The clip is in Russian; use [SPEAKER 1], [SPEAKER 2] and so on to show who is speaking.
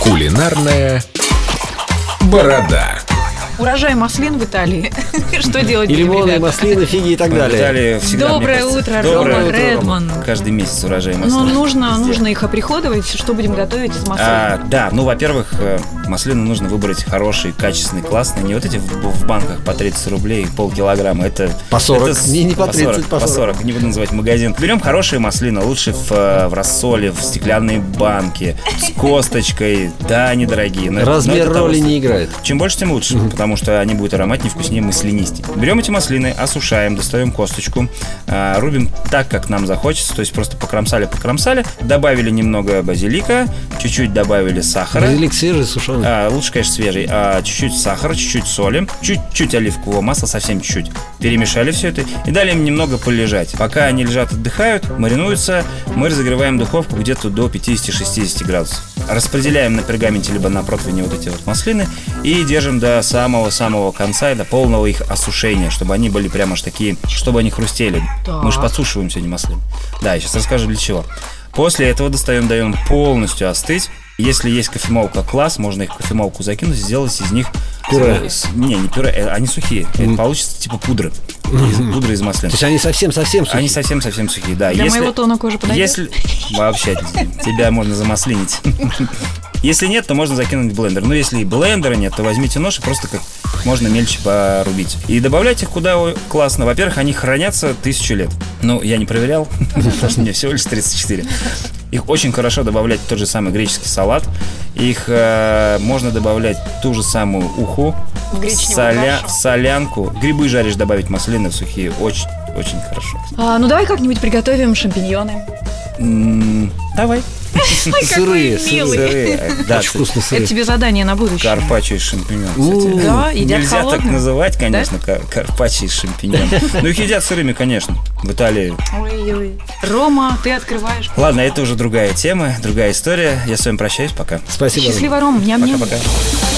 [SPEAKER 1] Кулинарная борода.
[SPEAKER 2] Урожай маслин в Италии. Что делать
[SPEAKER 3] И
[SPEAKER 2] будем,
[SPEAKER 3] лимоны, и
[SPEAKER 2] ребята?
[SPEAKER 3] маслины, фиги и так далее.
[SPEAKER 4] Далее всегда, мне
[SPEAKER 2] Доброе
[SPEAKER 4] кажется,
[SPEAKER 2] утро,
[SPEAKER 4] доброе
[SPEAKER 2] Рома
[SPEAKER 4] утро,
[SPEAKER 2] Редман.
[SPEAKER 4] Каждый месяц урожай маслин.
[SPEAKER 2] Ну, нужно,
[SPEAKER 4] Везде.
[SPEAKER 2] нужно их оприходовать. Что будем готовить из
[SPEAKER 4] А,
[SPEAKER 2] маслин?
[SPEAKER 4] да, ну, во-первых, э, маслины нужно выбрать хорошие, качественные, классные. Не вот эти в, в банках по 30 рублей полкилограмма. Это
[SPEAKER 3] По 40.
[SPEAKER 4] это с-
[SPEAKER 3] Не- не по 30, по 40.
[SPEAKER 4] 40, Не буду называть магазин. Берем хорошие маслины, лучше в, э, в рассоле, в стеклянные банки, с косточкой. Да, они дорогие. но это- но
[SPEAKER 3] Размер
[SPEAKER 4] это того
[SPEAKER 3] роли
[SPEAKER 4] стоит.
[SPEAKER 3] не играет.
[SPEAKER 4] Чем больше, тем лучше, потому что они будут ароматнее, вкуснее, маслянистее. Берем эти маслины, осушаем, достаем косточку, а, рубим так, как нам захочется, то есть просто покромсали-покромсали, добавили немного базилика, чуть-чуть добавили сахара.
[SPEAKER 3] Базилик свежий, сушеный.
[SPEAKER 4] А, лучше, конечно, свежий. А, чуть-чуть сахара, чуть-чуть соли, чуть-чуть оливкового масла, совсем чуть-чуть. Перемешали все это и дали им немного полежать. Пока они лежат, отдыхают, маринуются, мы разогреваем духовку где-то до 50-60 градусов. Распределяем на пергаменте либо на противне вот эти вот маслины и держим до самого-самого конца и до полного их осушения, чтобы они были прямо аж такие, чтобы они хрустели. Мы же
[SPEAKER 2] Так.
[SPEAKER 4] подсушиваем сегодня маслины. Да, я сейчас расскажу для чего. После этого достаем, даем полностью остыть. Если есть кофемолка класс, можно их в кофемолку закинуть, сделать из них
[SPEAKER 3] Пюре.
[SPEAKER 4] с- Не, не пюре, э, они сухие. Это получится типа пудры. Из- Пудра из маслин.
[SPEAKER 3] То есть они совсем-совсем сухие.
[SPEAKER 4] Они совсем-совсем сухие, да.
[SPEAKER 2] Для
[SPEAKER 4] Если-
[SPEAKER 2] моего тона кожи подойдет?
[SPEAKER 4] если... Вообще, тебя можно замаслинить. Если нет, то можно закинуть в блендер. Но если и блендера нет, то возьмите нож и просто как можно мельче порубить. И добавлять их куда о- классно. Во-первых, они хранятся тысячу лет. Ну, я не проверял, потому что мне всего лишь 34. Их очень хорошо добавлять в тот же самый греческий салат. Их э, можно добавлять ту же самую уху,
[SPEAKER 2] В гречневую
[SPEAKER 4] соля-
[SPEAKER 2] кашу.
[SPEAKER 4] в солянку. Грибы жаришь, добавить маслины сухие. Очень, очень хорошо.
[SPEAKER 2] А, Ну, давай как-нибудь приготовим шампиньоны.
[SPEAKER 4] М, Давай.
[SPEAKER 2] Ой,
[SPEAKER 3] Сырые,
[SPEAKER 2] какой
[SPEAKER 3] сырые.
[SPEAKER 2] милый.
[SPEAKER 4] Сырые. э, Да,
[SPEAKER 3] Очень вкусно
[SPEAKER 2] Это
[SPEAKER 3] сырые.
[SPEAKER 2] тебе задание на будущее.
[SPEAKER 4] Карпаччо из шампиньон,
[SPEAKER 3] М.
[SPEAKER 4] кстати.
[SPEAKER 2] Да, едят
[SPEAKER 4] Нельзя так
[SPEAKER 2] холодным?
[SPEAKER 4] называть, конечно, кар- карпаччо из шампиньон. Но их едят сырыми, конечно, в Италии.
[SPEAKER 2] Ой-ой. Рома, ты открываешь.
[SPEAKER 4] Ладно, это уже другая тема, другая история. Я с вами прощаюсь, пока.
[SPEAKER 3] Спасибо. Рома.
[SPEAKER 2] Счастливо, Ром. Ням-ням.
[SPEAKER 4] Пока-пока.